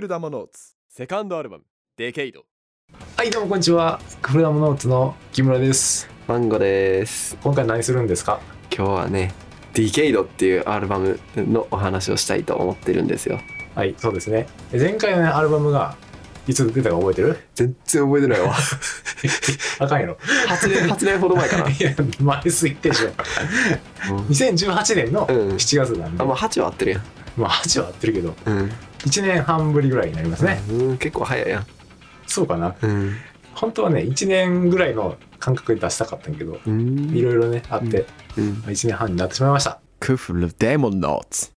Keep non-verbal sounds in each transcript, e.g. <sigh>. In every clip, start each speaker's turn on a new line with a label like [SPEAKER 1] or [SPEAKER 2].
[SPEAKER 1] ルダモノーツセカンドアルバムデケイド
[SPEAKER 2] はい、どうもこんにちは。クフダムノーツの木村です。
[SPEAKER 3] マンゴです
[SPEAKER 2] 今回何するんですか
[SPEAKER 3] 今日はね「ディケイド」っていうアルバムのお話をしたいと思ってるんですよ
[SPEAKER 2] はい、そうですね。え前回のね、アルバムが、いつ出たか覚えてる
[SPEAKER 3] 全然覚えてない <laughs> わ
[SPEAKER 2] あかんやろ。
[SPEAKER 3] 8年8年ほど前か
[SPEAKER 2] <laughs> いや、前すぎてでしょ。
[SPEAKER 3] なうん、
[SPEAKER 2] 2018年の
[SPEAKER 3] うん
[SPEAKER 2] 7月なんで、
[SPEAKER 3] あまあ8は合ってるやん
[SPEAKER 2] まあ8は合ってるけど、
[SPEAKER 3] うん、
[SPEAKER 2] 1年半ぶりぐらいになりますね。
[SPEAKER 3] うん、結構早いやん
[SPEAKER 2] そうかな。
[SPEAKER 3] うん
[SPEAKER 2] 本当はね、1年ぐらいの感覚で出したかったんやけど、
[SPEAKER 3] うん
[SPEAKER 2] いろいろね、あって、
[SPEAKER 3] うん
[SPEAKER 2] 1年半になってしまいました。
[SPEAKER 1] クフルデモノーツ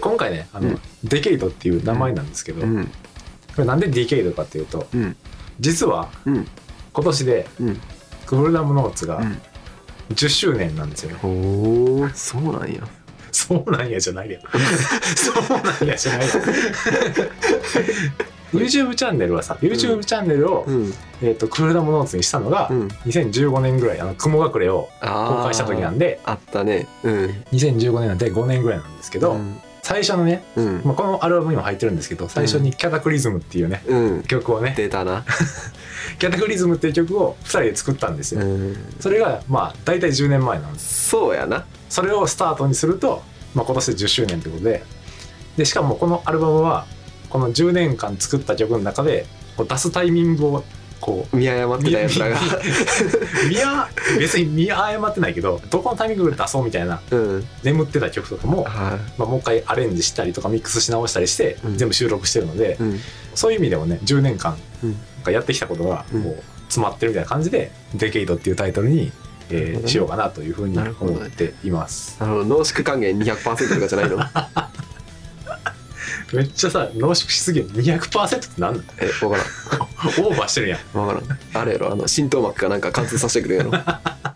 [SPEAKER 2] 今回ね、あの、
[SPEAKER 3] うん
[SPEAKER 2] デケイドっていう名前なんですけど、
[SPEAKER 3] うん
[SPEAKER 2] これなんでディケイドかっていうと、
[SPEAKER 3] うん
[SPEAKER 2] 実は
[SPEAKER 3] うん
[SPEAKER 2] 今年で
[SPEAKER 3] うん
[SPEAKER 2] クフルダムノーツ
[SPEAKER 3] う
[SPEAKER 2] が
[SPEAKER 3] ん
[SPEAKER 2] 10周年なんですよ、 <laughs> ね
[SPEAKER 3] おおそうなんや
[SPEAKER 2] そうなんやじゃな
[SPEAKER 3] <laughs>
[SPEAKER 2] いよそうなんやじゃないよ YouTube チャンネルはさ YouTube チャンネルを、
[SPEAKER 3] うん
[SPEAKER 2] えー、とクフルダムノーツにしたのが、
[SPEAKER 3] うん
[SPEAKER 2] 2015年ぐらいあの雲隠れを
[SPEAKER 3] あー
[SPEAKER 2] 公開した時なんで
[SPEAKER 3] あったねうん
[SPEAKER 2] 2015年なんで5年ぐらいなんですけど、
[SPEAKER 3] うん
[SPEAKER 2] 最初のね、
[SPEAKER 3] うん、
[SPEAKER 2] まあ、このアルバムにも入ってるんですけど最初に「キャタクリズム」っていうね、
[SPEAKER 3] うん、
[SPEAKER 2] 曲をね
[SPEAKER 3] 出たな
[SPEAKER 2] 「キャタクリズム」っていう曲を2人で作ったんですよ、
[SPEAKER 3] うん
[SPEAKER 2] それがまあ大体10年前なんです
[SPEAKER 3] そうやな
[SPEAKER 2] それをスタートにすると、まあ、今年で10周年ということででしかもこのアルバムはこの10年間作った曲の中でこう出すタイミングをこ
[SPEAKER 3] 見誤っ
[SPEAKER 2] う
[SPEAKER 3] て
[SPEAKER 2] 見
[SPEAKER 3] たやつらが
[SPEAKER 2] 見あ別に見誤ってないけどどこのタイミングで出そうみたいな
[SPEAKER 3] うん
[SPEAKER 2] 眠ってた曲とかも、
[SPEAKER 3] は
[SPEAKER 2] まあ、もう一回アレンジしたりとかミックスし直したりして
[SPEAKER 3] うん
[SPEAKER 2] 全部収録してるので、
[SPEAKER 3] いうん
[SPEAKER 2] そういう意味でもね10年間
[SPEAKER 3] うん
[SPEAKER 2] なんかやってきたことがこ
[SPEAKER 3] う
[SPEAKER 2] うん詰まってるみたいな感じで「デケイド」っていうタイトルに、
[SPEAKER 3] なる
[SPEAKER 2] え
[SPEAKER 3] ほど
[SPEAKER 2] ー
[SPEAKER 3] ね
[SPEAKER 2] しようかなというふうに
[SPEAKER 3] なるほど
[SPEAKER 2] 思
[SPEAKER 3] ね
[SPEAKER 2] っています。
[SPEAKER 3] あの濃縮還元200%とかじゃない <laughs> の
[SPEAKER 2] めっちゃさ濃縮しすぎる200%ってなんなん
[SPEAKER 3] え分からん
[SPEAKER 2] オーバーしてるやん
[SPEAKER 3] 分からんあれやろあの浸透膜かなんか貫通させてくれるやろ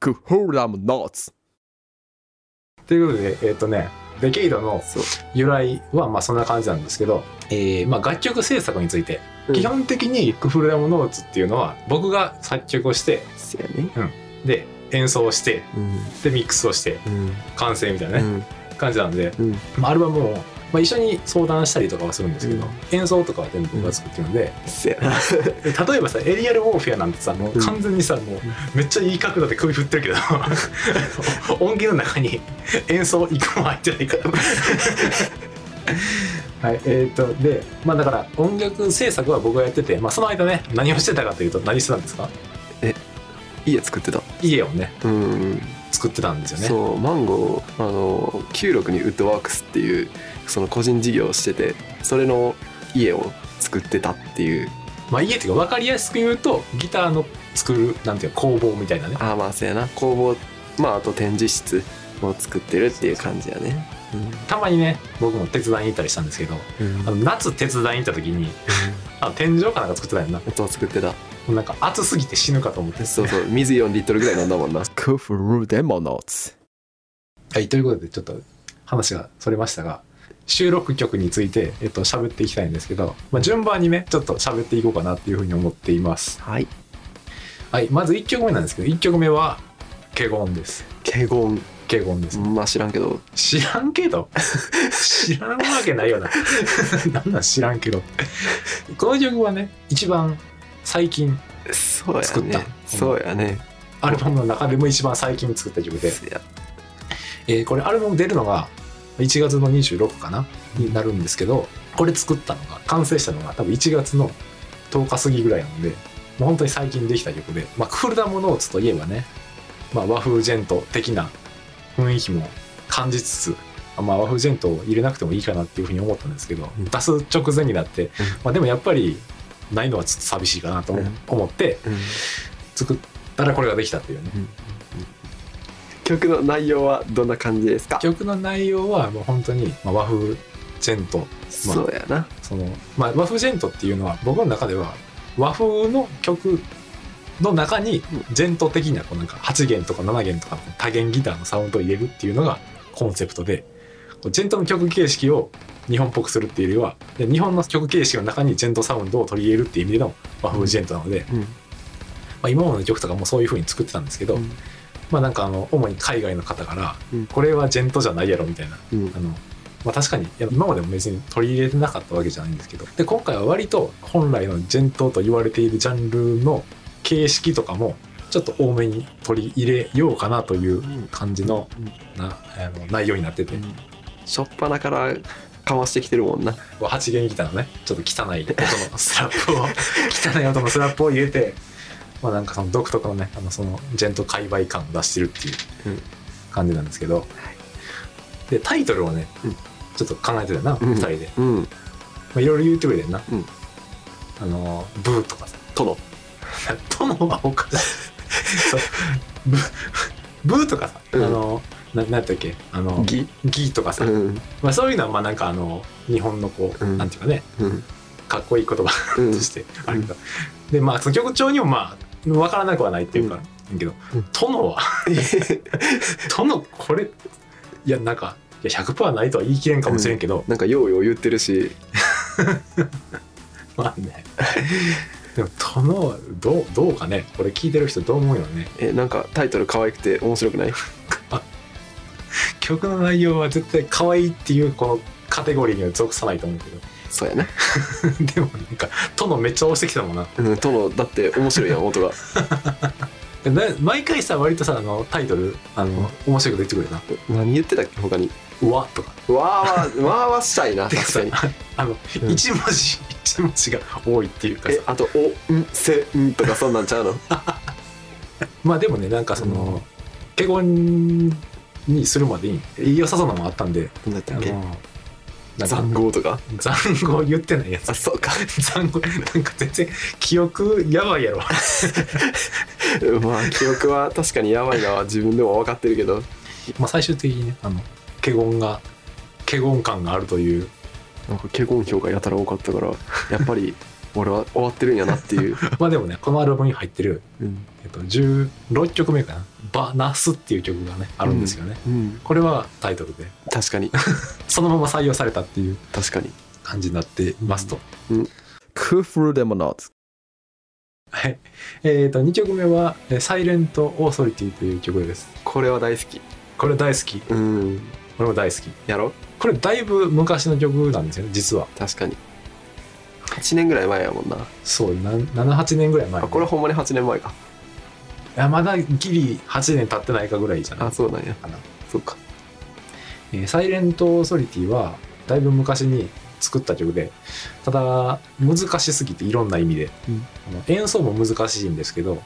[SPEAKER 1] クフルダムノーツ
[SPEAKER 2] ということでえっ、とねデケイドの
[SPEAKER 3] そう
[SPEAKER 2] 由来はまあそんな感じなんですけど、えーまあ、楽曲制作について、
[SPEAKER 3] うん
[SPEAKER 2] 基本的にクフルダムノーツっていうのは僕が作曲をして
[SPEAKER 3] せやね
[SPEAKER 2] で演奏をして
[SPEAKER 3] うん
[SPEAKER 2] でミックスをして
[SPEAKER 3] うん
[SPEAKER 2] 完成みたいな
[SPEAKER 3] う
[SPEAKER 2] ね、
[SPEAKER 3] ん
[SPEAKER 2] 感じなんで、
[SPEAKER 3] うん
[SPEAKER 2] まあ、アルバムも、まあ、一緒に相談したりとかはするんですけど、
[SPEAKER 3] うん
[SPEAKER 2] 演奏とかは全部僕が作ってるんで、
[SPEAKER 3] せやな
[SPEAKER 2] で例えばさエリアル・ウォーフェアなんてさもう
[SPEAKER 3] うん
[SPEAKER 2] 完全にさ、もうめっちゃいい角度で首振ってるけど <laughs> 音源の中に演奏一個も入ってないから <laughs> はいえー、とでまあだから音楽制作は僕がやってて、まあ、その間ね何をしてたかというと何してたんですか
[SPEAKER 3] 家作ってた
[SPEAKER 2] 家をね
[SPEAKER 3] うん
[SPEAKER 2] 作ってたんですよね
[SPEAKER 3] そうマンゴーあの96にウッドワークスっていうその個人事業をしててそれの家を作ってたっていう
[SPEAKER 2] まあ家っていうか分かりやすく言うとギターの作るなんていうか工房みたいなね
[SPEAKER 3] ああまあせやな工房まああと展示室を作ってるっていう感じやね
[SPEAKER 2] たまにね僕も手伝いに行ったりしたんですけど
[SPEAKER 3] うん
[SPEAKER 2] あの夏手伝いに行った時にあの天井かなんか作ってたよな
[SPEAKER 3] 音を作ってた
[SPEAKER 2] もうなんか暑すぎて死ぬかと思って
[SPEAKER 3] そうそう水4リットルぐらい飲んだもんな
[SPEAKER 1] クフルデモノーツ
[SPEAKER 2] はい、ということでちょっと話がそれましたが収録曲について、えっと、喋っていきたいんですけど、まあ、順番にねちょっと喋っていこうかなっていうふうに思っています
[SPEAKER 3] はい
[SPEAKER 2] はいまず1曲目なんですけど1曲目は「ケゴン」です
[SPEAKER 3] ケゴン
[SPEAKER 2] 「ケゴン」です
[SPEAKER 3] まあ知らんけど
[SPEAKER 2] 知らんけど知らんわけないよな <laughs> なんなん知らんけどこの曲はね一番最近
[SPEAKER 3] そうやね
[SPEAKER 2] 作った
[SPEAKER 3] そうやね
[SPEAKER 2] アルバムの中でも一番最近作った曲で
[SPEAKER 3] せや
[SPEAKER 2] えーこれアルバム出るのが1月の26かなになるんですけどこれ作ったのが完成したのが多分1月の10日過ぎぐらいなんでもう本当に最近できた曲で、まあ、クールダムノーツといえばね、まあ、和風ジェント的な雰囲気も感じつつ、まあ、和風ジェントを入れなくてもいいかなっていうふうに思ったんですけど
[SPEAKER 3] うん
[SPEAKER 2] 出す直前になって、まあ、でもやっぱりないのはちょっと寂しいかなと思
[SPEAKER 3] うん
[SPEAKER 2] 思って
[SPEAKER 3] うん
[SPEAKER 2] 作ったらこれができたっていうね
[SPEAKER 3] 曲の内容はどんな感じですか
[SPEAKER 2] 曲の内容はもう本当にまあ和風ジェント
[SPEAKER 3] そうやな
[SPEAKER 2] その、まあ、和風ジェントっていうのは僕の中では和風の曲の中にジェント的なこうなんか8弦とか7弦とかの多弦ギターのサウンドを入れるっていうのがコンセプトでこうジェントの曲形式を日本っぽくするっていうよりはで日本の曲形式の中にジェントサウンドを取り入れるっていう意味での和風ジェントなので、
[SPEAKER 3] うん
[SPEAKER 2] まあ、今までの曲とかもそういう風に作ってたんですけど、
[SPEAKER 3] うん
[SPEAKER 2] まあなんかあの主に海外の方から
[SPEAKER 3] うん
[SPEAKER 2] 「これはジェントじゃないやろ」みたいな
[SPEAKER 3] うん
[SPEAKER 2] あのまあ、確かにいや今までも別に取り入れてなかったわけじゃないんですけどで今回は割と本来のジェントと言われているジャンルの形式とかもちょっと多めに取り入れようかなという感じのなあの内容になってて
[SPEAKER 3] しょっぱなからかましてきてるもんな
[SPEAKER 2] こう8弦ギターのねちょっと汚い音のスラッ
[SPEAKER 3] <laughs>
[SPEAKER 2] プを汚い音のスラップを入れてまあなんかその独特のねあのそのジェント界隈感を出してるっていう
[SPEAKER 3] うん
[SPEAKER 2] 感じなんですけど、でタイトルをね、
[SPEAKER 3] うん
[SPEAKER 2] ちょっと考えてたよな、
[SPEAKER 3] うん
[SPEAKER 2] 2人で
[SPEAKER 3] うん
[SPEAKER 2] まあいろいろ言ってくれてんな、
[SPEAKER 3] うん
[SPEAKER 2] あのブーとかさ
[SPEAKER 3] 殿
[SPEAKER 2] <laughs> 殿はおかしいそうブブーとかさ、
[SPEAKER 3] うん
[SPEAKER 2] あのななんだっけあのギ
[SPEAKER 3] 義
[SPEAKER 2] ーとかさ、
[SPEAKER 3] うん
[SPEAKER 2] まあ、そういうのはまあなんかあの日本のこう、
[SPEAKER 3] うん
[SPEAKER 2] なんていうかね
[SPEAKER 3] うん
[SPEAKER 2] かっこいい言葉
[SPEAKER 3] うん
[SPEAKER 2] としてあるけど、でまあその曲調にもまあ分からなくはないっていうか、
[SPEAKER 3] うん
[SPEAKER 2] いいけど
[SPEAKER 3] うん
[SPEAKER 2] 「殿は殿これいやなんかいや100%ないとは言い切れんかもしれんけど、
[SPEAKER 3] なんかようよう言ってるし
[SPEAKER 2] まあね <laughs> でも殿はどうどうかねこれ聞いてる人どう思うよね
[SPEAKER 3] えなんかタイトル可愛くて面白くない
[SPEAKER 2] 曲の内容は絶対可愛いっていうこのカテゴリーには属さないと思うけど <laughs>
[SPEAKER 3] そうやな
[SPEAKER 2] でもなんか殿めっちゃ押してきたもんな
[SPEAKER 3] うん殿だって面白いや <laughs> ん音が
[SPEAKER 2] でな毎回さ割とさあのタイトルあの面白いこと言ってくれる
[SPEAKER 3] 何言ってたっけ他に
[SPEAKER 2] な「うわ」とか
[SPEAKER 3] わーわーわーわーしたいな <laughs>
[SPEAKER 2] てか
[SPEAKER 3] 確
[SPEAKER 2] さ <laughs>
[SPEAKER 3] かに
[SPEAKER 2] あの、
[SPEAKER 3] うん
[SPEAKER 2] 一文字一文字が多いっていうか
[SPEAKER 3] え
[SPEAKER 2] さ
[SPEAKER 3] あと「おんせん」とかそん <laughs> なんちゃうの
[SPEAKER 2] まあでもねなんかその、
[SPEAKER 3] うん
[SPEAKER 2] 敬語にするまでに良さそうなのもあったんで
[SPEAKER 3] なんだった
[SPEAKER 2] あ
[SPEAKER 3] っけ
[SPEAKER 2] の
[SPEAKER 3] 残
[SPEAKER 2] 語
[SPEAKER 3] 酷とか
[SPEAKER 2] 残語言ってないやつ
[SPEAKER 3] あそうか
[SPEAKER 2] 残語なんか全然記憶やばいやろ
[SPEAKER 3] <laughs> まあ記憶は確かにやばいのは自分でも分かってるけど
[SPEAKER 2] <laughs> まあ最終的にねあの敬語が敬語感があるという
[SPEAKER 3] なんか華厳評がやたら多かったからやっぱり俺は終わってるんやなって <laughs> いう、
[SPEAKER 2] まあでもねこのアルバムに入ってる、
[SPEAKER 3] うん
[SPEAKER 2] えっと、16曲目かな「バナス」っていう曲がねあるんですよね、
[SPEAKER 3] うん、
[SPEAKER 2] これはタイトルで
[SPEAKER 3] 確かに
[SPEAKER 2] そのまま採用されたっていう
[SPEAKER 3] 確かに
[SPEAKER 2] 感じになっていますと。
[SPEAKER 1] クフルでもノーツ
[SPEAKER 2] はい。えっ、と、2曲目は、えーサイレント・オーソリティという曲です。
[SPEAKER 3] これは大好き
[SPEAKER 2] これ大好き。
[SPEAKER 3] うん
[SPEAKER 2] これも大好き。
[SPEAKER 3] やろ
[SPEAKER 2] これだいぶ昔の曲なんですよね、実は。
[SPEAKER 3] 確かに8年ぐらい前やもんな
[SPEAKER 2] そう、な7、8年ぐらい前、
[SPEAKER 3] あこれはほんまに8年前か
[SPEAKER 2] いやまだギリ8年経ってないかぐらいじゃない
[SPEAKER 3] あそうなんや
[SPEAKER 2] かな。
[SPEAKER 3] そうか
[SPEAKER 2] えーサイレント・オーソリティは、だいぶ昔に作った曲で、ただ、難しすぎて、いろんな意味で。
[SPEAKER 3] うん
[SPEAKER 2] あの演奏も難しいんですけど、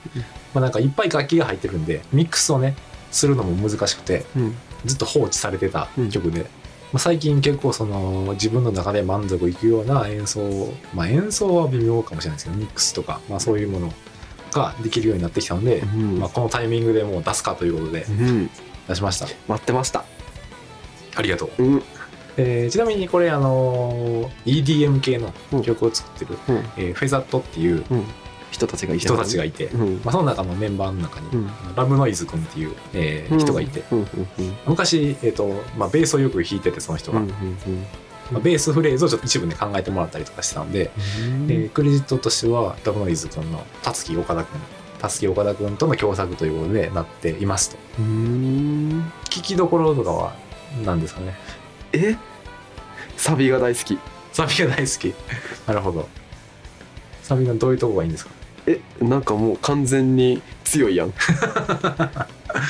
[SPEAKER 2] まあなんかいっぱい楽器が入ってるんで、ミックスをね、するのも難しくて、
[SPEAKER 3] うん
[SPEAKER 2] ずっと放置されてた曲で、まあ最近結構その自分の中で満足いくような演奏をまあ演奏は微妙かもしれないですけどミックスとか、まあ、そういうものができるようになってきたので、
[SPEAKER 3] うん、
[SPEAKER 2] まあ、このタイミングでもう出すかということで
[SPEAKER 3] うん、
[SPEAKER 2] 出しました
[SPEAKER 3] 待ってました
[SPEAKER 2] ありがとう、
[SPEAKER 3] うん
[SPEAKER 2] えーちなみにこれあのー EDM 系の曲を作ってる、
[SPEAKER 3] うん
[SPEAKER 2] えーフェザットっていう
[SPEAKER 3] うん人たちがい
[SPEAKER 2] 人たち
[SPEAKER 3] が
[SPEAKER 2] がいて、
[SPEAKER 3] うん
[SPEAKER 2] まあ、その中のメンバーの中に、
[SPEAKER 3] うん
[SPEAKER 2] ラムノイズ君っていう、えー人がいて、
[SPEAKER 3] うんうんうん
[SPEAKER 2] 昔、えーとまあ、ベースをよく弾いててその人
[SPEAKER 3] う
[SPEAKER 2] が、
[SPEAKER 3] んうん
[SPEAKER 2] まあ、ベースフレーズをちょっと一部で考えてもらったりとかしてたんで、
[SPEAKER 3] うん
[SPEAKER 2] えークレジットとしてはラブノイズ君のたつき岡田君たつき岡田君との共作ということでなっていますと
[SPEAKER 3] うん
[SPEAKER 2] 聞きどころとかは何ですかね
[SPEAKER 3] えサビが大好き
[SPEAKER 2] サビが大好きなるほどサビのどういうとこがいいんですか
[SPEAKER 3] えなんかもう完全に強いやん、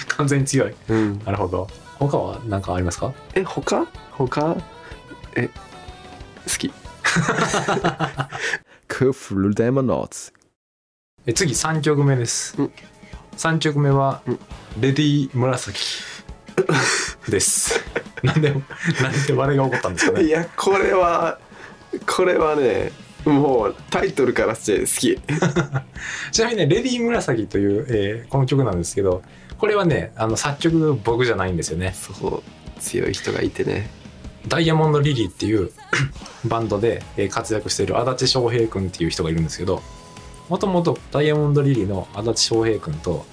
[SPEAKER 2] 完全に強い
[SPEAKER 3] うん、
[SPEAKER 2] なるほど他は何かありますか
[SPEAKER 3] え他他え好
[SPEAKER 2] <laughs>
[SPEAKER 3] き
[SPEAKER 1] クフルでもノーツ
[SPEAKER 2] え次3曲目です、
[SPEAKER 3] うん
[SPEAKER 2] 3曲目は、
[SPEAKER 3] うん
[SPEAKER 2] レディー
[SPEAKER 3] <laughs>
[SPEAKER 2] 紫ですなんでなんで我が起こったんですかね
[SPEAKER 3] いやこれはこれはねもうタイトルからして好き
[SPEAKER 2] ちなみにね、レディー紫という、えーこの曲なんですけど、これはね、あの作曲僕じゃないんですよね。
[SPEAKER 3] そう強い人がいてね
[SPEAKER 2] ダイヤモンドリリーっていう <coughs> バンドで、えー活躍している足立翔平君っていう人がいるんですけど、もともとダイヤモンドリリーの足立翔平君と、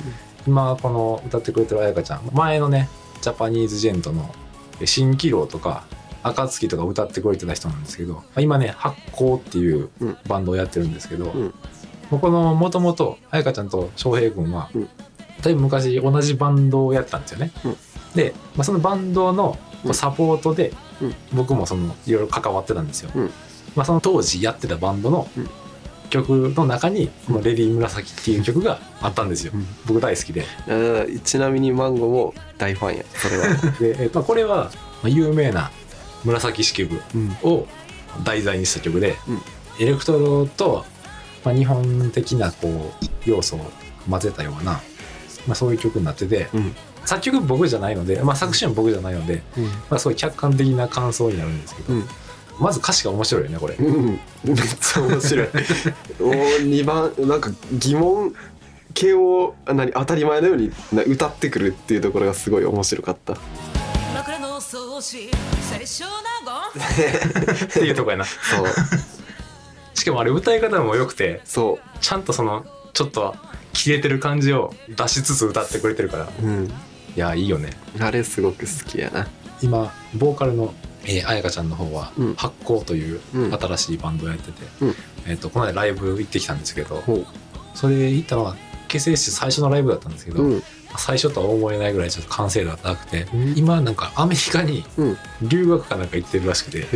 [SPEAKER 2] 今この歌ってくれてる彩香ちゃん、前のね、ジャパニーズジェントのえー新気楼とか、暁とか歌ってくれてた人なんですけど、今ね、発光っていう
[SPEAKER 3] うん
[SPEAKER 2] バンドをやってるんですけど、
[SPEAKER 3] うん
[SPEAKER 2] もうこのもともと彩香ちゃんと翔平君は、
[SPEAKER 3] うん
[SPEAKER 2] だいぶ昔同じバンドをやってたんですよね、
[SPEAKER 3] うん
[SPEAKER 2] で、まあ、そのバンドの
[SPEAKER 3] うん
[SPEAKER 2] サポートで
[SPEAKER 3] うん
[SPEAKER 2] 僕もそのいろいろ関わってたんですよ、
[SPEAKER 3] うん
[SPEAKER 2] まあ、その当時やってたバンドの
[SPEAKER 3] うん
[SPEAKER 2] 曲の中にこの「レディー紫」っていう曲があったんですよ、
[SPEAKER 3] うん
[SPEAKER 2] 僕大好きで
[SPEAKER 3] あーちなみにマンゴーも大ファンやそれは
[SPEAKER 2] で、えっとこれはまあ有名な紫式部
[SPEAKER 3] うん
[SPEAKER 2] を題材にした曲で、
[SPEAKER 3] うん
[SPEAKER 2] エレクトロと、まあ、日本的なこう要素を混ぜたような、まあ、そういう曲になってて
[SPEAKER 3] うん
[SPEAKER 2] 作曲僕じゃないので、まあ、作詞も僕じゃないので、まあ、すごい客観的な感想になるんですけど、
[SPEAKER 3] うん
[SPEAKER 2] まず歌詞が面白いよね <laughs> これ。
[SPEAKER 3] うんめっちゃ面白いお2番なんか疑問系をあ何当たり前のようにな歌ってくるっていうところがすごい面白かった
[SPEAKER 4] 枕の創始清少納言
[SPEAKER 2] っていうとこやな。
[SPEAKER 3] そう
[SPEAKER 2] しかもあれ歌い方も良くて
[SPEAKER 3] そ、
[SPEAKER 2] ちゃんとそのちょっと切れてる感じを出しつつ歌ってくれてるからいう
[SPEAKER 3] うん、
[SPEAKER 2] やいいよね。
[SPEAKER 3] あれすごく好きやな
[SPEAKER 2] 今ボーカルのえー彩香ちゃんの方は
[SPEAKER 3] うん
[SPEAKER 2] 「発光」という
[SPEAKER 3] うん
[SPEAKER 2] 新しいバンドをやってて、
[SPEAKER 3] うん
[SPEAKER 2] えー、とこの間ライブ行ってきたんですけど
[SPEAKER 3] ほう
[SPEAKER 2] それ行ったのは結成して最初のライブだったんですけど、
[SPEAKER 3] うん
[SPEAKER 2] 最初とは思えないぐらいちょっと完成度が高くて、
[SPEAKER 3] うん
[SPEAKER 2] 今なんかアメリカに
[SPEAKER 3] うん
[SPEAKER 2] 留学かなんか行ってるらしくて、
[SPEAKER 3] へ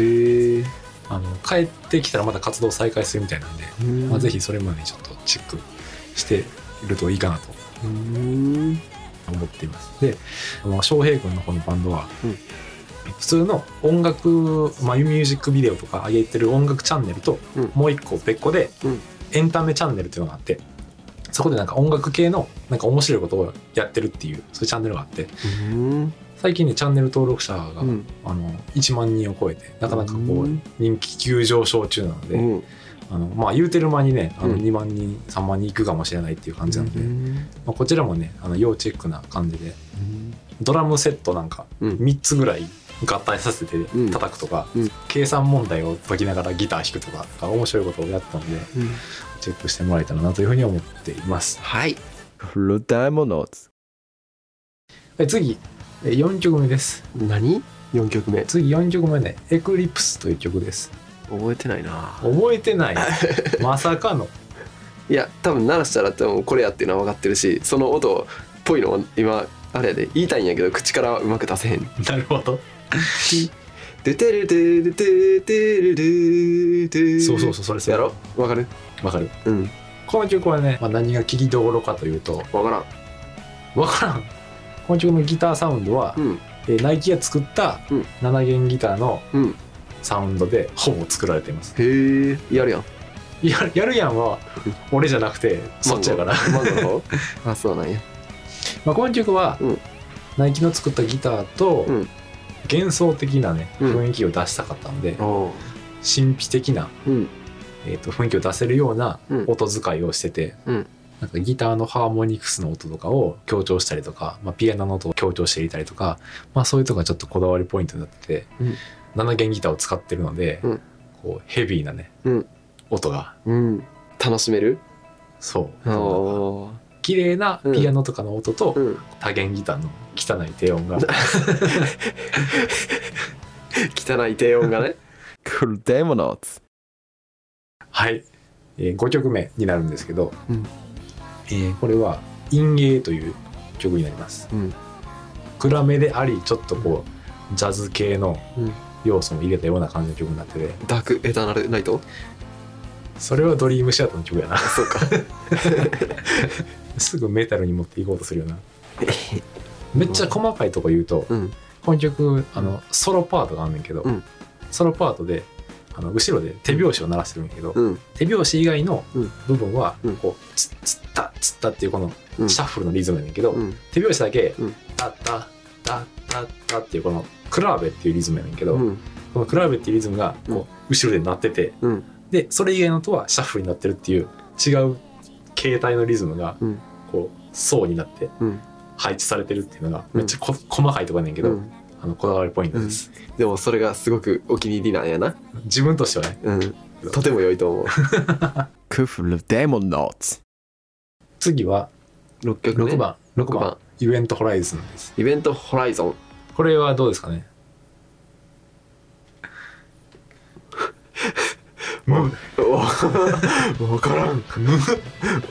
[SPEAKER 3] え、
[SPEAKER 2] あの帰ってきたらまた活動再開するみたいなんで、
[SPEAKER 3] うん
[SPEAKER 2] まあ、ぜひそれまでにちょっとチェックしているといいかなと
[SPEAKER 3] うん
[SPEAKER 2] 思っていますであの翔平君の方のバンドは、
[SPEAKER 3] うん
[SPEAKER 2] 普通の音楽、まあ、ミュージックビデオとか上げてる音楽チャンネルと、
[SPEAKER 3] うん
[SPEAKER 2] もう一個別個で、
[SPEAKER 3] うん
[SPEAKER 2] エンタメチャンネルっていうのがあってそこでなんか音楽系のなんか面白いことをやってるっていうそういうチャンネルがあって
[SPEAKER 3] うん
[SPEAKER 2] 最近ねチャンネル登録者が、
[SPEAKER 3] うん
[SPEAKER 2] あの1万人を超えてなかなかこ
[SPEAKER 3] う
[SPEAKER 2] うん人気急上昇中なので、
[SPEAKER 3] うん
[SPEAKER 2] あのまあ言うてる間にねあ
[SPEAKER 3] う
[SPEAKER 2] の
[SPEAKER 3] ん
[SPEAKER 2] 2万人、3万人いくかもしれないっていう感じなので、まあ、こちらもねあの要チェックな感じでドラムセットなんか
[SPEAKER 3] うん
[SPEAKER 2] 3つぐらい合体させて
[SPEAKER 3] ん
[SPEAKER 2] 叩くとか、
[SPEAKER 3] うん
[SPEAKER 2] 計算問題を解きながらギター弾くとかなんか面白いことをやったのでチェックしてもらえたらなというふうに思っています
[SPEAKER 3] はい、
[SPEAKER 1] Le Diamonauts.
[SPEAKER 2] で次え4曲目です
[SPEAKER 3] 何四曲目
[SPEAKER 2] 次4曲目ね「エクリプス」という曲です
[SPEAKER 3] 覚えてないな
[SPEAKER 2] 覚え
[SPEAKER 3] <laughs>
[SPEAKER 2] てないまさかの
[SPEAKER 3] いや多分鳴らしたら多分これやっていうのは分かってるしその音っぽいのを今あれやで言いたいんやけど口からはうまく出せへん
[SPEAKER 2] なるほど
[SPEAKER 3] 「でてるてるてるてるてるて
[SPEAKER 2] そうそうそうそれそれ
[SPEAKER 3] やろわかる
[SPEAKER 2] わかる
[SPEAKER 3] うん
[SPEAKER 2] この曲はね、まあ、何が聞きどころかというと
[SPEAKER 3] わからん
[SPEAKER 2] わからんこの曲のギターサウンドは、
[SPEAKER 3] うん
[SPEAKER 2] えーナイキが作った
[SPEAKER 3] うん
[SPEAKER 2] 7弦ギターの
[SPEAKER 3] うん
[SPEAKER 2] サウンドでほぼ作られています
[SPEAKER 3] へえやるやん
[SPEAKER 2] ややるやんは
[SPEAKER 3] うん
[SPEAKER 2] 俺じゃなくてそっちやから
[SPEAKER 3] マンゴーの方あそうなんや
[SPEAKER 2] まあこの曲は、
[SPEAKER 3] うん
[SPEAKER 2] ナイキの作ったギターと、
[SPEAKER 3] うん
[SPEAKER 2] 幻想的なね
[SPEAKER 3] うん
[SPEAKER 2] 雰囲気を出したかったので、
[SPEAKER 3] お
[SPEAKER 2] 神秘的な、
[SPEAKER 3] うん
[SPEAKER 2] えー、と雰囲気を出せるような
[SPEAKER 3] うん
[SPEAKER 2] 音使いをしてて、
[SPEAKER 3] うん
[SPEAKER 2] なんかギターのハーモニクスの音とかを強調したりとか、まあ、ピアノの音を強調していたりとか、まあ、そういうとこがちょっとこだわりポイントになってて、
[SPEAKER 3] うん
[SPEAKER 2] 7弦ギターを使ってるので、
[SPEAKER 3] うん
[SPEAKER 2] こうヘビーなね、
[SPEAKER 3] うん
[SPEAKER 2] 音が
[SPEAKER 3] うん楽しめる
[SPEAKER 2] そう
[SPEAKER 3] おー
[SPEAKER 2] 綺麗なピアノとかの音と、
[SPEAKER 3] うん
[SPEAKER 2] 多弦ギターの汚い低
[SPEAKER 3] <laughs>
[SPEAKER 2] 音が
[SPEAKER 3] 汚い低音が <laughs> ね
[SPEAKER 1] Que Le Diamonauts.
[SPEAKER 2] はい、えー5曲目になるんですけど、
[SPEAKER 3] うん
[SPEAKER 2] えーこれは「陰影」という曲になります、
[SPEAKER 3] うん
[SPEAKER 2] 暗めでありちょっとこうジャズ系の
[SPEAKER 3] うん
[SPEAKER 2] 要素も入れたような感じの曲になってて
[SPEAKER 3] ダークエターナルナイト
[SPEAKER 2] それはドリームシアターの曲やな
[SPEAKER 3] そうか
[SPEAKER 2] <laughs> すぐメタルに持っていこうとするよ
[SPEAKER 3] <laughs>
[SPEAKER 2] なめっちゃ細かいとこ言うと
[SPEAKER 3] うん
[SPEAKER 2] この曲あのソロパートがあんねんけど、
[SPEAKER 3] うん
[SPEAKER 2] ソロパートであの後ろで手拍子を鳴らしてるんやけど、
[SPEAKER 3] うん
[SPEAKER 2] 手拍子以外の
[SPEAKER 3] うん
[SPEAKER 2] 部分は
[SPEAKER 3] うん
[SPEAKER 2] こうツッツッタッツッタっていうこの
[SPEAKER 3] うん
[SPEAKER 2] シャッフルのリズムやねんけど、
[SPEAKER 3] うん
[SPEAKER 2] 手拍子だけ
[SPEAKER 3] うん
[SPEAKER 2] タッタッタッタッタっていうこのクラーベっていうリズムやねんけど、
[SPEAKER 3] うん
[SPEAKER 2] このクラーベっていうリズムがこう後ろで鳴ってて
[SPEAKER 3] うん
[SPEAKER 2] でそれ以外の音はシャッフルになってるっていう違う形態のリズムが
[SPEAKER 3] うん
[SPEAKER 2] こう層になって
[SPEAKER 3] うん
[SPEAKER 2] 配置されてるっていうのが
[SPEAKER 3] うん
[SPEAKER 2] めっちゃこ、細かいとこやねんけど、
[SPEAKER 3] うん
[SPEAKER 2] あのこだわりポイントです、
[SPEAKER 3] でもそれがすごくお気に入りなんやな。
[SPEAKER 2] 自分としてはね
[SPEAKER 3] うん。とても良いと <laughs> 思う。
[SPEAKER 1] Que Le Diamonauts.
[SPEAKER 2] 次は
[SPEAKER 3] 6曲目。
[SPEAKER 2] 6番、
[SPEAKER 3] 六
[SPEAKER 2] 六番
[SPEAKER 3] 番
[SPEAKER 2] イベントホライズンです
[SPEAKER 3] イベントホライゾン。
[SPEAKER 2] こ
[SPEAKER 3] <laughs>
[SPEAKER 2] れはどうですかね無
[SPEAKER 3] <laughs> 分からん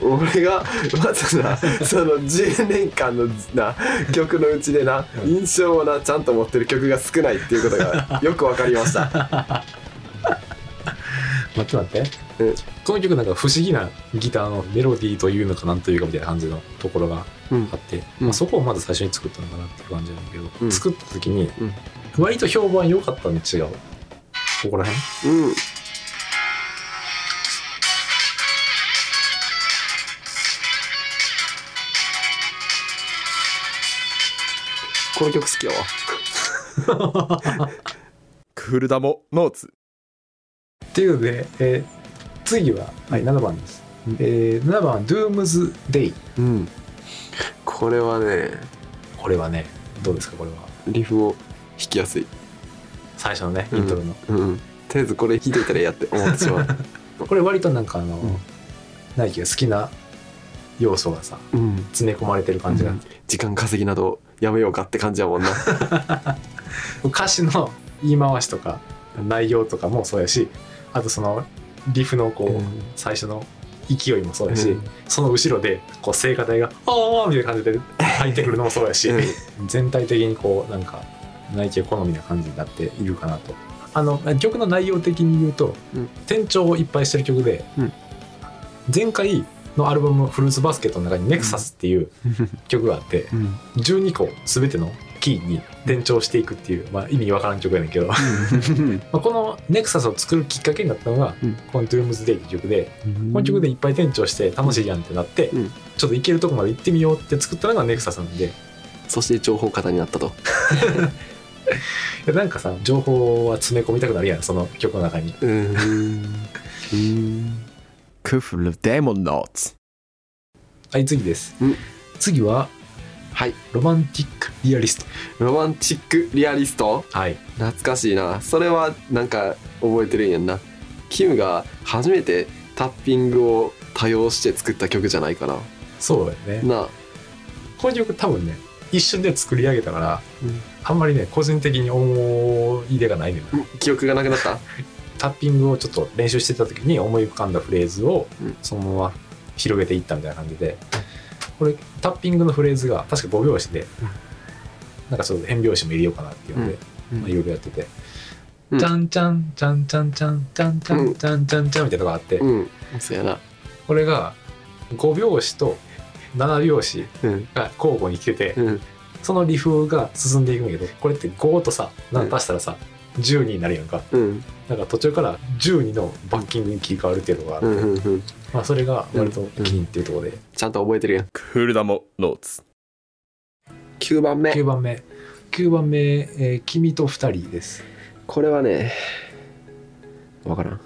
[SPEAKER 3] 俺がまずなその10年間のな曲のうちでな印象をなちゃんと持ってる曲が少ないっていうことがよく分かりました
[SPEAKER 2] 待って待って
[SPEAKER 3] え
[SPEAKER 2] この曲なんか不思議なギターのメロディーというのかなんというかみたいな感じのところが
[SPEAKER 3] うん
[SPEAKER 2] あって、
[SPEAKER 3] うん
[SPEAKER 2] まあ、そこをまず最初に作ったのかなっていう感じなんだけど、
[SPEAKER 3] うん
[SPEAKER 2] 作った時に
[SPEAKER 3] うん
[SPEAKER 2] 割と評判良かったのに違うここら辺
[SPEAKER 3] うんこの曲好きやわ
[SPEAKER 1] クールダモノーツ
[SPEAKER 2] ということで、えー次は、はい、7番です、えー7番「Doom's Day
[SPEAKER 3] うんこれはね」
[SPEAKER 2] これはねどうですかこれは
[SPEAKER 3] リフを弾きやすい
[SPEAKER 2] 最初のねイ
[SPEAKER 3] うん
[SPEAKER 2] ントロの、
[SPEAKER 3] うんとりあえずこれ弾いといたらええやって思ってしまう
[SPEAKER 2] これ割となんかあの、
[SPEAKER 3] ん
[SPEAKER 2] ナイキが好きな要素がさ
[SPEAKER 3] うん
[SPEAKER 2] 詰め込まれてる感じが、
[SPEAKER 3] うん時間稼ぎなどやめようかって感じやもんな
[SPEAKER 2] 歌詞の言い回しとか内容とかもそうやしあとそのリフのこう、
[SPEAKER 3] うん
[SPEAKER 2] 最初の勢いもそうやし、
[SPEAKER 3] うん
[SPEAKER 2] その後ろでこう聖歌隊が「ああ」みたいな感じで入ってくるのもそうやし、全体的にこうなんか内イ好みな感じになっているかなとあの曲の内容的に言うと、
[SPEAKER 3] うん
[SPEAKER 2] 転調をいっぱいしてる曲で、
[SPEAKER 3] うん
[SPEAKER 2] 前回のアルバム「フルーツバスケット」の中に「ネクサスっていう曲があって、
[SPEAKER 3] うん
[SPEAKER 2] 12個全てのキーに転調していくっていう、まあ、意味わからん曲やね
[SPEAKER 3] <laughs>
[SPEAKER 2] んけどまあこの「ネクサスを作るきっかけになったのが、
[SPEAKER 3] うん
[SPEAKER 2] この「DoomsDay」っていう曲でこの曲でいっぱい転調して楽しいやんってなって、
[SPEAKER 3] うん
[SPEAKER 2] ちょっと行けるとこまで行ってみようって作ったのがネクサスなんでい
[SPEAKER 3] そして情報型になったと
[SPEAKER 2] やなんかさ情報は詰め込みたくなるやんその曲の中に
[SPEAKER 1] クールダモノーツ
[SPEAKER 2] はい次です、
[SPEAKER 3] うん
[SPEAKER 2] 次は
[SPEAKER 3] はい
[SPEAKER 2] ロマンティックリアリスト
[SPEAKER 3] ロマンチックリアリスト
[SPEAKER 2] はい
[SPEAKER 3] 懐かしいなそれはなんか覚えてるんやんなキムが初めてタッピングを多用して作った曲じゃないかな
[SPEAKER 2] そうやね
[SPEAKER 3] なあ
[SPEAKER 2] この曲多分ね一瞬で作り上げたから、
[SPEAKER 3] うん
[SPEAKER 2] あんまりね個人的に思い出がないねんな
[SPEAKER 3] 記憶がなくなった
[SPEAKER 2] タッピングをちょっと練習してた時に思い浮かんだフレーズを
[SPEAKER 3] うん
[SPEAKER 2] そのまま広げていったみたいな感じでこれタッピングのフレーズが確か5拍子でなんかちょっと変拍子も入れようかなっていうので
[SPEAKER 3] うん
[SPEAKER 2] まあいろいろやってて
[SPEAKER 3] うん
[SPEAKER 2] 「ちゃんちゃんちゃんちゃんちゃんちゃんちゃんちゃんちゃんちゃん」みたいなのがあって
[SPEAKER 3] うんそうやな
[SPEAKER 2] これが5拍子と7拍子
[SPEAKER 3] うん
[SPEAKER 2] が交互に来てて
[SPEAKER 3] うん
[SPEAKER 2] そのリフが進んでいくんだけどこれって5とさ7足したらさ10になるやんか
[SPEAKER 3] うん
[SPEAKER 2] なんか途中から12のバッキングに切り替わるっていうのがあって
[SPEAKER 3] うんうんうん
[SPEAKER 2] まあ、それが割と気に入ってるところで、
[SPEAKER 3] ちゃんと覚えてるやん
[SPEAKER 1] クールダモノーツ
[SPEAKER 3] 9番目
[SPEAKER 2] 9番目9番目、えー君と二人」です
[SPEAKER 3] これはねわからん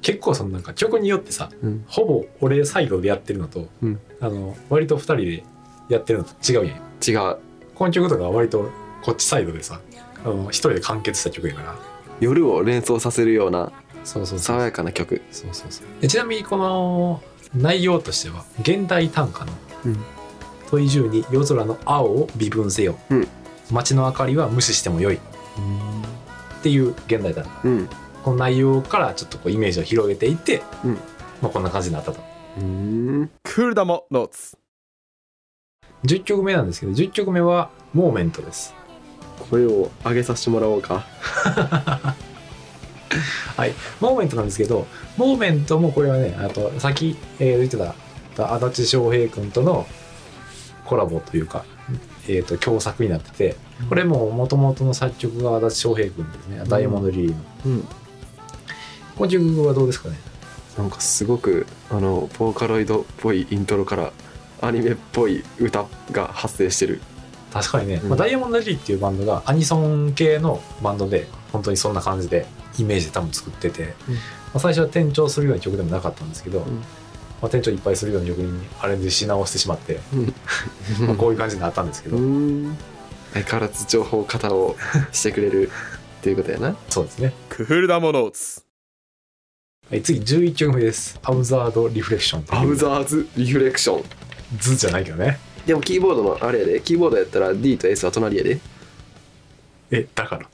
[SPEAKER 2] 結構そのなんか曲によってさ、
[SPEAKER 3] うん
[SPEAKER 2] ほぼ俺サイドでやってるのと、
[SPEAKER 3] うん
[SPEAKER 2] あの割と二人でやってるのと違うやん
[SPEAKER 3] 違う
[SPEAKER 2] この曲とかは割とこっちサイドでさあの一人で完結した曲やから
[SPEAKER 3] 夜を連想させるような
[SPEAKER 2] そうそうそう
[SPEAKER 3] 爽やかな曲
[SPEAKER 2] そうそうそうえちなみにこの内容としては現代短歌の
[SPEAKER 3] うん
[SPEAKER 2] 「問い十に夜空の青を微分せよ」
[SPEAKER 3] うん
[SPEAKER 2] 街の明かりは無視してもよい」っていう現代短歌
[SPEAKER 3] うん
[SPEAKER 2] この内容からちょっとこうイメージを広げていって、
[SPEAKER 3] うん
[SPEAKER 2] まあ、こんな感じになったと
[SPEAKER 3] うん
[SPEAKER 1] クールダモノーツ
[SPEAKER 2] 10曲目なんですけど10曲目は「モーメント」です
[SPEAKER 3] 声を上げさせてもらおうか
[SPEAKER 2] モーメントなんですけどモーメントもこれはねあとさっき、えー言ってた足立翔平君とのコラボというか、えー、と共作になっててこれももともとの作曲が足立翔平君ですね「ダイヤモンド・リリーの」
[SPEAKER 3] うん
[SPEAKER 2] この曲はどうですかね
[SPEAKER 3] なんかすごくあのボーカロイドっぽいイントロからアニメっぽい歌が発生 <laughs> してる
[SPEAKER 2] 確かにね、
[SPEAKER 3] うん
[SPEAKER 2] まあ、ダイヤモンド・リリーっていうバンドがアニソン系のバンドで本当にそんな感じでイメージで多分作ってて、
[SPEAKER 3] うん
[SPEAKER 2] まあ、最初は転調するような曲でもなかったんですけど、
[SPEAKER 3] ん
[SPEAKER 2] まあ、転調いっぱいするような曲にアレンジし直してしまって、まあ、こういう感じになったんですけど、
[SPEAKER 3] うん相変わらず情報型をしてくれるっていうことやな
[SPEAKER 2] そうですね、
[SPEAKER 1] クールダモノーツ
[SPEAKER 2] はい、次11曲目です「アブザード・リフレクション」
[SPEAKER 3] アブザーズリフレクション
[SPEAKER 2] ズじゃないけどね
[SPEAKER 3] でもキーボードのあれやでキーボードやったら D と S は隣やで
[SPEAKER 2] えだから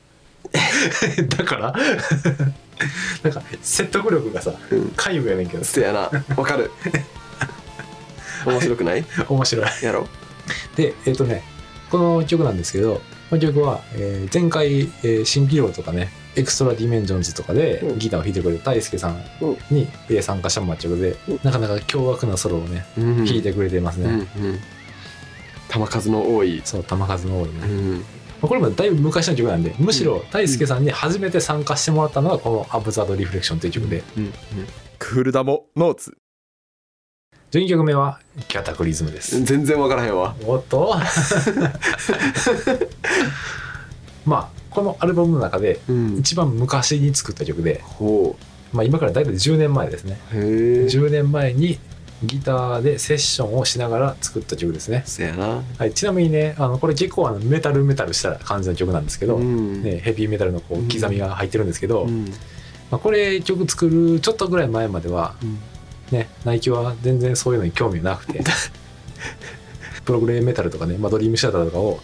[SPEAKER 2] <laughs> だからなんか説得力がさ
[SPEAKER 3] うん
[SPEAKER 2] 皆無やねんけど
[SPEAKER 3] せやなわ
[SPEAKER 2] <laughs>
[SPEAKER 3] かる面白くない
[SPEAKER 2] 面白い
[SPEAKER 3] やろ
[SPEAKER 2] でえっ、とねこの曲なんですけどこの曲は、えー前回、えー新技量とかねエクストラディメンジョンズとかで
[SPEAKER 3] うん
[SPEAKER 2] ギターを弾いてくれた大輔さん
[SPEAKER 3] うん
[SPEAKER 2] に、えー参加したマッチョで、
[SPEAKER 3] うん
[SPEAKER 2] なかなか凶悪なソロをね
[SPEAKER 3] うん
[SPEAKER 2] 弾いてくれてます
[SPEAKER 3] う
[SPEAKER 2] ね、
[SPEAKER 3] んうん球数の多い
[SPEAKER 2] そう球数の多いね、
[SPEAKER 3] う
[SPEAKER 2] ま
[SPEAKER 3] ん
[SPEAKER 2] あこれもだいぶ昔の曲なんでむしろ大輔さんに初めて参加してもらったのがこの「アブザード・リフレクション」という曲で
[SPEAKER 3] うんうん
[SPEAKER 1] クールダモノーツ
[SPEAKER 2] 12曲目は「キャタクリズム」です、
[SPEAKER 3] 全然わからへんわ
[SPEAKER 2] おっと <laughs> まあこのアルバムの中で
[SPEAKER 3] うん
[SPEAKER 2] 一番昔に作った曲で、
[SPEAKER 3] ほ
[SPEAKER 2] まあ、今から大体10年前ですね
[SPEAKER 3] うへえ
[SPEAKER 2] 10年前にギターでセッションをしながら作った曲ですね、
[SPEAKER 3] せやな
[SPEAKER 2] はい、ちなみにねあのこれ結構あのメタルメタルした感じの曲なんですけど、
[SPEAKER 3] ん
[SPEAKER 2] ね、ヘビーメタルのこ
[SPEAKER 3] う
[SPEAKER 2] うん刻みが入ってるんですけど、
[SPEAKER 3] うん
[SPEAKER 2] まあ、これ曲作るちょっとぐらい前までは
[SPEAKER 3] うん
[SPEAKER 2] ねナイキは全然そういうのに興味がなくて <laughs> プログレメタルとかね、まあ、ドリームシアターとかを、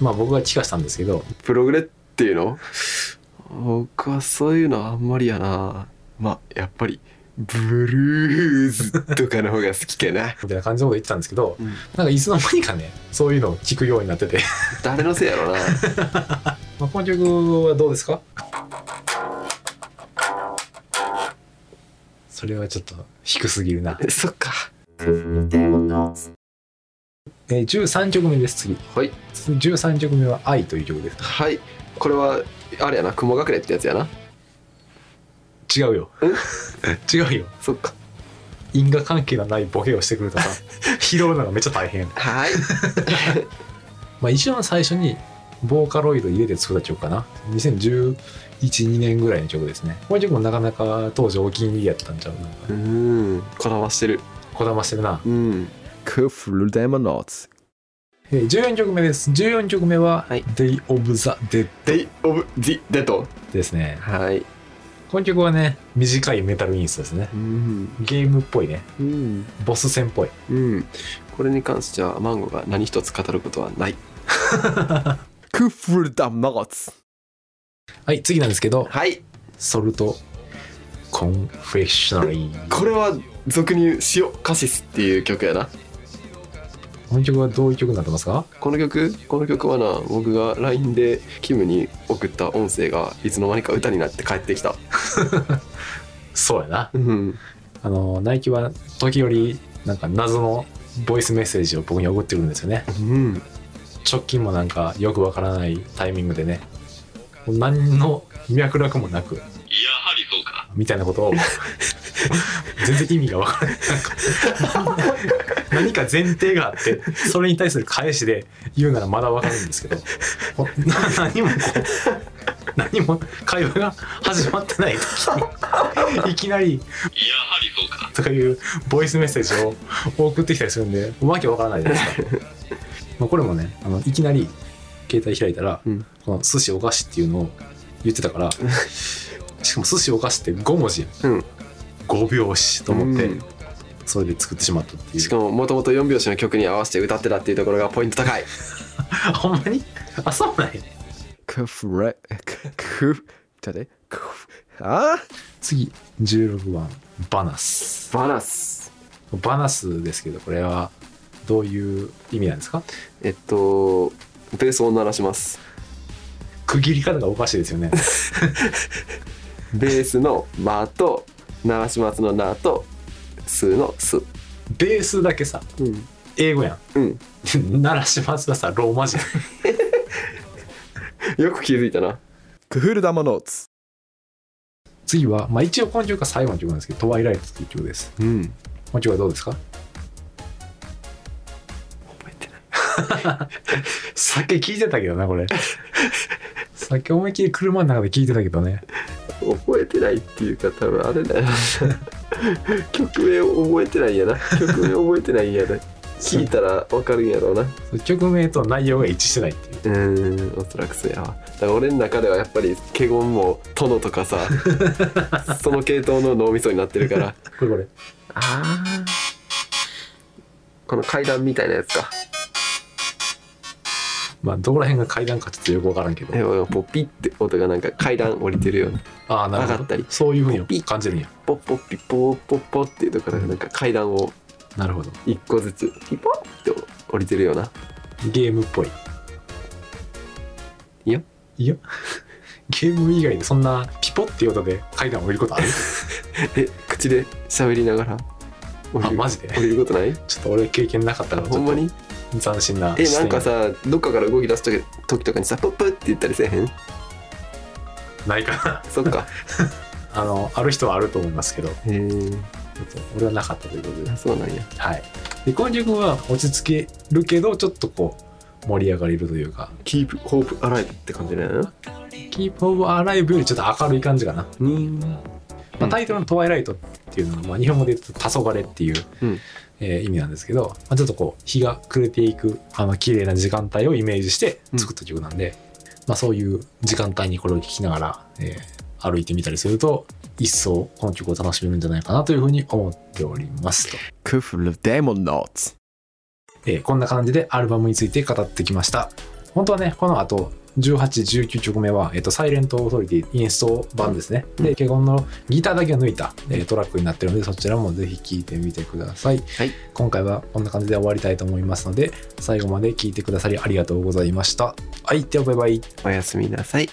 [SPEAKER 2] まあ、僕が聞かしたんですけど
[SPEAKER 3] プログレっていうの僕はそういうのあんまりやなまあやっぱりブルーズとかの方が好きかな
[SPEAKER 2] みたいな感じのこと言ってたんですけど、
[SPEAKER 3] うん
[SPEAKER 2] なんかいつの間にかねそういうのを聞くようになってて <laughs>
[SPEAKER 3] 誰のせいやろな
[SPEAKER 2] まあ、この曲はどうですかそれはちょっと低すぎるな、
[SPEAKER 3] そっか
[SPEAKER 2] えー、13曲目です次
[SPEAKER 3] はい
[SPEAKER 2] 13曲目は「愛」という曲で
[SPEAKER 3] はいこれはあれやな雲隠れってやつやな
[SPEAKER 2] す違うよ <laughs> 違うよ
[SPEAKER 3] そっか
[SPEAKER 2] 因果関係のないボケをしてくると <laughs> さ拾うのがめっちゃ大変、
[SPEAKER 3] はい <laughs>
[SPEAKER 2] まあ、一番最初にボーカロイド入れて作った曲かな201112年ぐらいの曲ですねこの曲もなかなか当時お気に入りやったんちゃうなんか
[SPEAKER 3] うんこだわしてる
[SPEAKER 2] こだましてるな
[SPEAKER 3] うん
[SPEAKER 1] クールダモノーツ
[SPEAKER 2] えー14曲目です14曲目は
[SPEAKER 3] はい
[SPEAKER 2] 「Day of the Dead
[SPEAKER 3] Day of the Dead」
[SPEAKER 2] ですね
[SPEAKER 3] はい
[SPEAKER 2] この曲はね短いメタルインストですね
[SPEAKER 3] うん
[SPEAKER 2] ゲームっぽいね
[SPEAKER 3] うん
[SPEAKER 2] ボス戦っぽい
[SPEAKER 3] うんこれに関してはマンゴーが何一つ語ることは <laughs> ない
[SPEAKER 1] クールダモノーツ
[SPEAKER 2] はい次なんですけど
[SPEAKER 3] はい
[SPEAKER 2] ソルトコンフェッショナリー
[SPEAKER 3] これは俗に言う「塩カシス」っていう曲やな
[SPEAKER 2] この曲はどういう曲になってますか
[SPEAKER 3] この曲この曲はな僕が LINE でキムに送った音声がいつの間にか歌になって帰ってきた
[SPEAKER 2] そうやな
[SPEAKER 3] うん
[SPEAKER 2] あのナイキは時折なんか謎のボイスメッセージを僕に送ってくるんですよね
[SPEAKER 3] うん
[SPEAKER 2] 直近もなんかよくわからないタイミングでねもう何の脈絡もなくやはりそうかみたいな <laughs> ことを全然意味がわからないなんか何か前提があってそれに対する返しで言うならまだわかるんですけどほな何もこう何も会話が始まってない時にいきなり「やはりそうか」とかいうボイスメッセージを送ってきたりするんでわけわからないじゃないですか。まあ、これもねあのいきなり携帯開いたら、
[SPEAKER 3] うん
[SPEAKER 2] この寿司お菓子っていうのを言ってたから
[SPEAKER 3] <laughs>
[SPEAKER 2] しかも寿司お菓子って5文字、
[SPEAKER 3] うん
[SPEAKER 2] 5拍子と思って、
[SPEAKER 3] うん
[SPEAKER 2] それで作ってしまったってい
[SPEAKER 3] しか
[SPEAKER 2] う
[SPEAKER 3] ももともと4拍子の曲に合わせて歌ってたっていうところがポイント高い
[SPEAKER 2] <laughs> ほんまにあそうなんや
[SPEAKER 1] クフレクフちょっと待ってクフあ
[SPEAKER 2] 次16番バナス
[SPEAKER 3] バナス
[SPEAKER 2] バナスですけどこれはどういう意味なんですか
[SPEAKER 3] えっとベースを鳴らします
[SPEAKER 2] 区切り方がおかしいです
[SPEAKER 3] <laughs>
[SPEAKER 2] よね
[SPEAKER 3] ベースの「マ」と鳴らしますの「ナ」と「ス」の「ス
[SPEAKER 2] ベースだけさ」
[SPEAKER 3] うん
[SPEAKER 2] 英語や
[SPEAKER 3] うん
[SPEAKER 2] ん <laughs> 鳴らしますがさローマ字やん
[SPEAKER 3] よく気づいたな
[SPEAKER 1] クールダモノーツ
[SPEAKER 2] 次は、まあ、一応この曲が最後の曲なんですけど「トワイライト」という曲です
[SPEAKER 3] うん
[SPEAKER 2] この曲はどうですか
[SPEAKER 3] 覚えてない <laughs>
[SPEAKER 2] さっき聞いてたけどなこれさっき思いっきり車の中で聞いてたけどね
[SPEAKER 3] 覚えてないっていうか多分あれだよな曲名を覚えてないんやな曲名覚えてないんやな聞いたらわかるんやろうな
[SPEAKER 2] 曲名と内容が一致してないっていう
[SPEAKER 3] うーんおそらくそうやわだから俺の中ではやっぱり華厳も殿とかさ
[SPEAKER 2] <laughs>
[SPEAKER 3] その系統の脳みそになってるから
[SPEAKER 2] これこれ
[SPEAKER 3] ああこの階段みたいなやつか
[SPEAKER 2] まあどこら辺が階段かちょっとよくわからんけど
[SPEAKER 3] えポピって音がなんか階段降りてるような
[SPEAKER 2] ああなる
[SPEAKER 3] 上が
[SPEAKER 2] ほ
[SPEAKER 3] った
[SPEAKER 2] ど
[SPEAKER 3] り
[SPEAKER 2] そういうふう
[SPEAKER 3] ピ
[SPEAKER 2] に
[SPEAKER 3] ッ
[SPEAKER 2] 感じるんや
[SPEAKER 3] ポッポッピポーポッポっていうところがなんか階段を
[SPEAKER 2] なるほど
[SPEAKER 3] 一個ずつピポッって降りてるような
[SPEAKER 2] ゲームっぽい
[SPEAKER 3] いや
[SPEAKER 2] いやゲーム以外でそんなピポっていう音で階段を降りることある
[SPEAKER 3] え口で喋りながら降
[SPEAKER 2] あ
[SPEAKER 3] りる
[SPEAKER 2] マジで
[SPEAKER 3] 降りることない
[SPEAKER 2] ちょっと俺経験なかったからち
[SPEAKER 3] ほ
[SPEAKER 2] ょ
[SPEAKER 3] ん
[SPEAKER 2] っ
[SPEAKER 3] まに
[SPEAKER 2] と斬新な
[SPEAKER 3] え
[SPEAKER 2] 視
[SPEAKER 3] なんか
[SPEAKER 2] 点
[SPEAKER 3] さどっかから動き出す時時とかにさ「ポップ」って言ったりせえへん
[SPEAKER 2] ないかな
[SPEAKER 3] そっか
[SPEAKER 2] あのある人はあると思いますけどちょ
[SPEAKER 3] へえ
[SPEAKER 2] っと俺はなかったということで
[SPEAKER 3] そうなんや
[SPEAKER 2] はいでこの曲は落ち着けるけどちょっとこう盛り上がれるというか
[SPEAKER 3] 「キープホープアライブ」って感じだよな
[SPEAKER 2] 「キープオブアライブよりちょっと明るい感じかな、まあ、タイトルの「トワイライト」っていうのは、まあ、日本語で言うと「黄昏」っていう、
[SPEAKER 3] うん
[SPEAKER 2] えー意味なんですけど、まあ、ちょっとこう日が暮れていくあの綺麗な時間帯をイメージして作った曲なんで、まあ、そういう時間帯にこれを聴きながら、えー歩いてみたりすると一層この曲を楽しめるんじゃないかなというふうに思っておりますと、
[SPEAKER 1] クフルデモノーツ
[SPEAKER 2] えーこんな感じでアルバムについて語ってきました本当はねこの後18、19曲目は、えっと、サイレントオーソリティインスト版ですね。で、ケゴンのギターだけを抜いた、えートラックになってるので、そちらもぜひ聴いてみてください。
[SPEAKER 1] はい
[SPEAKER 2] 今回はこんな感じで終わりたいと思いますので、最後まで聴いてくださりありがとうございました。はい、ではバイバイ。
[SPEAKER 3] おやすみなさい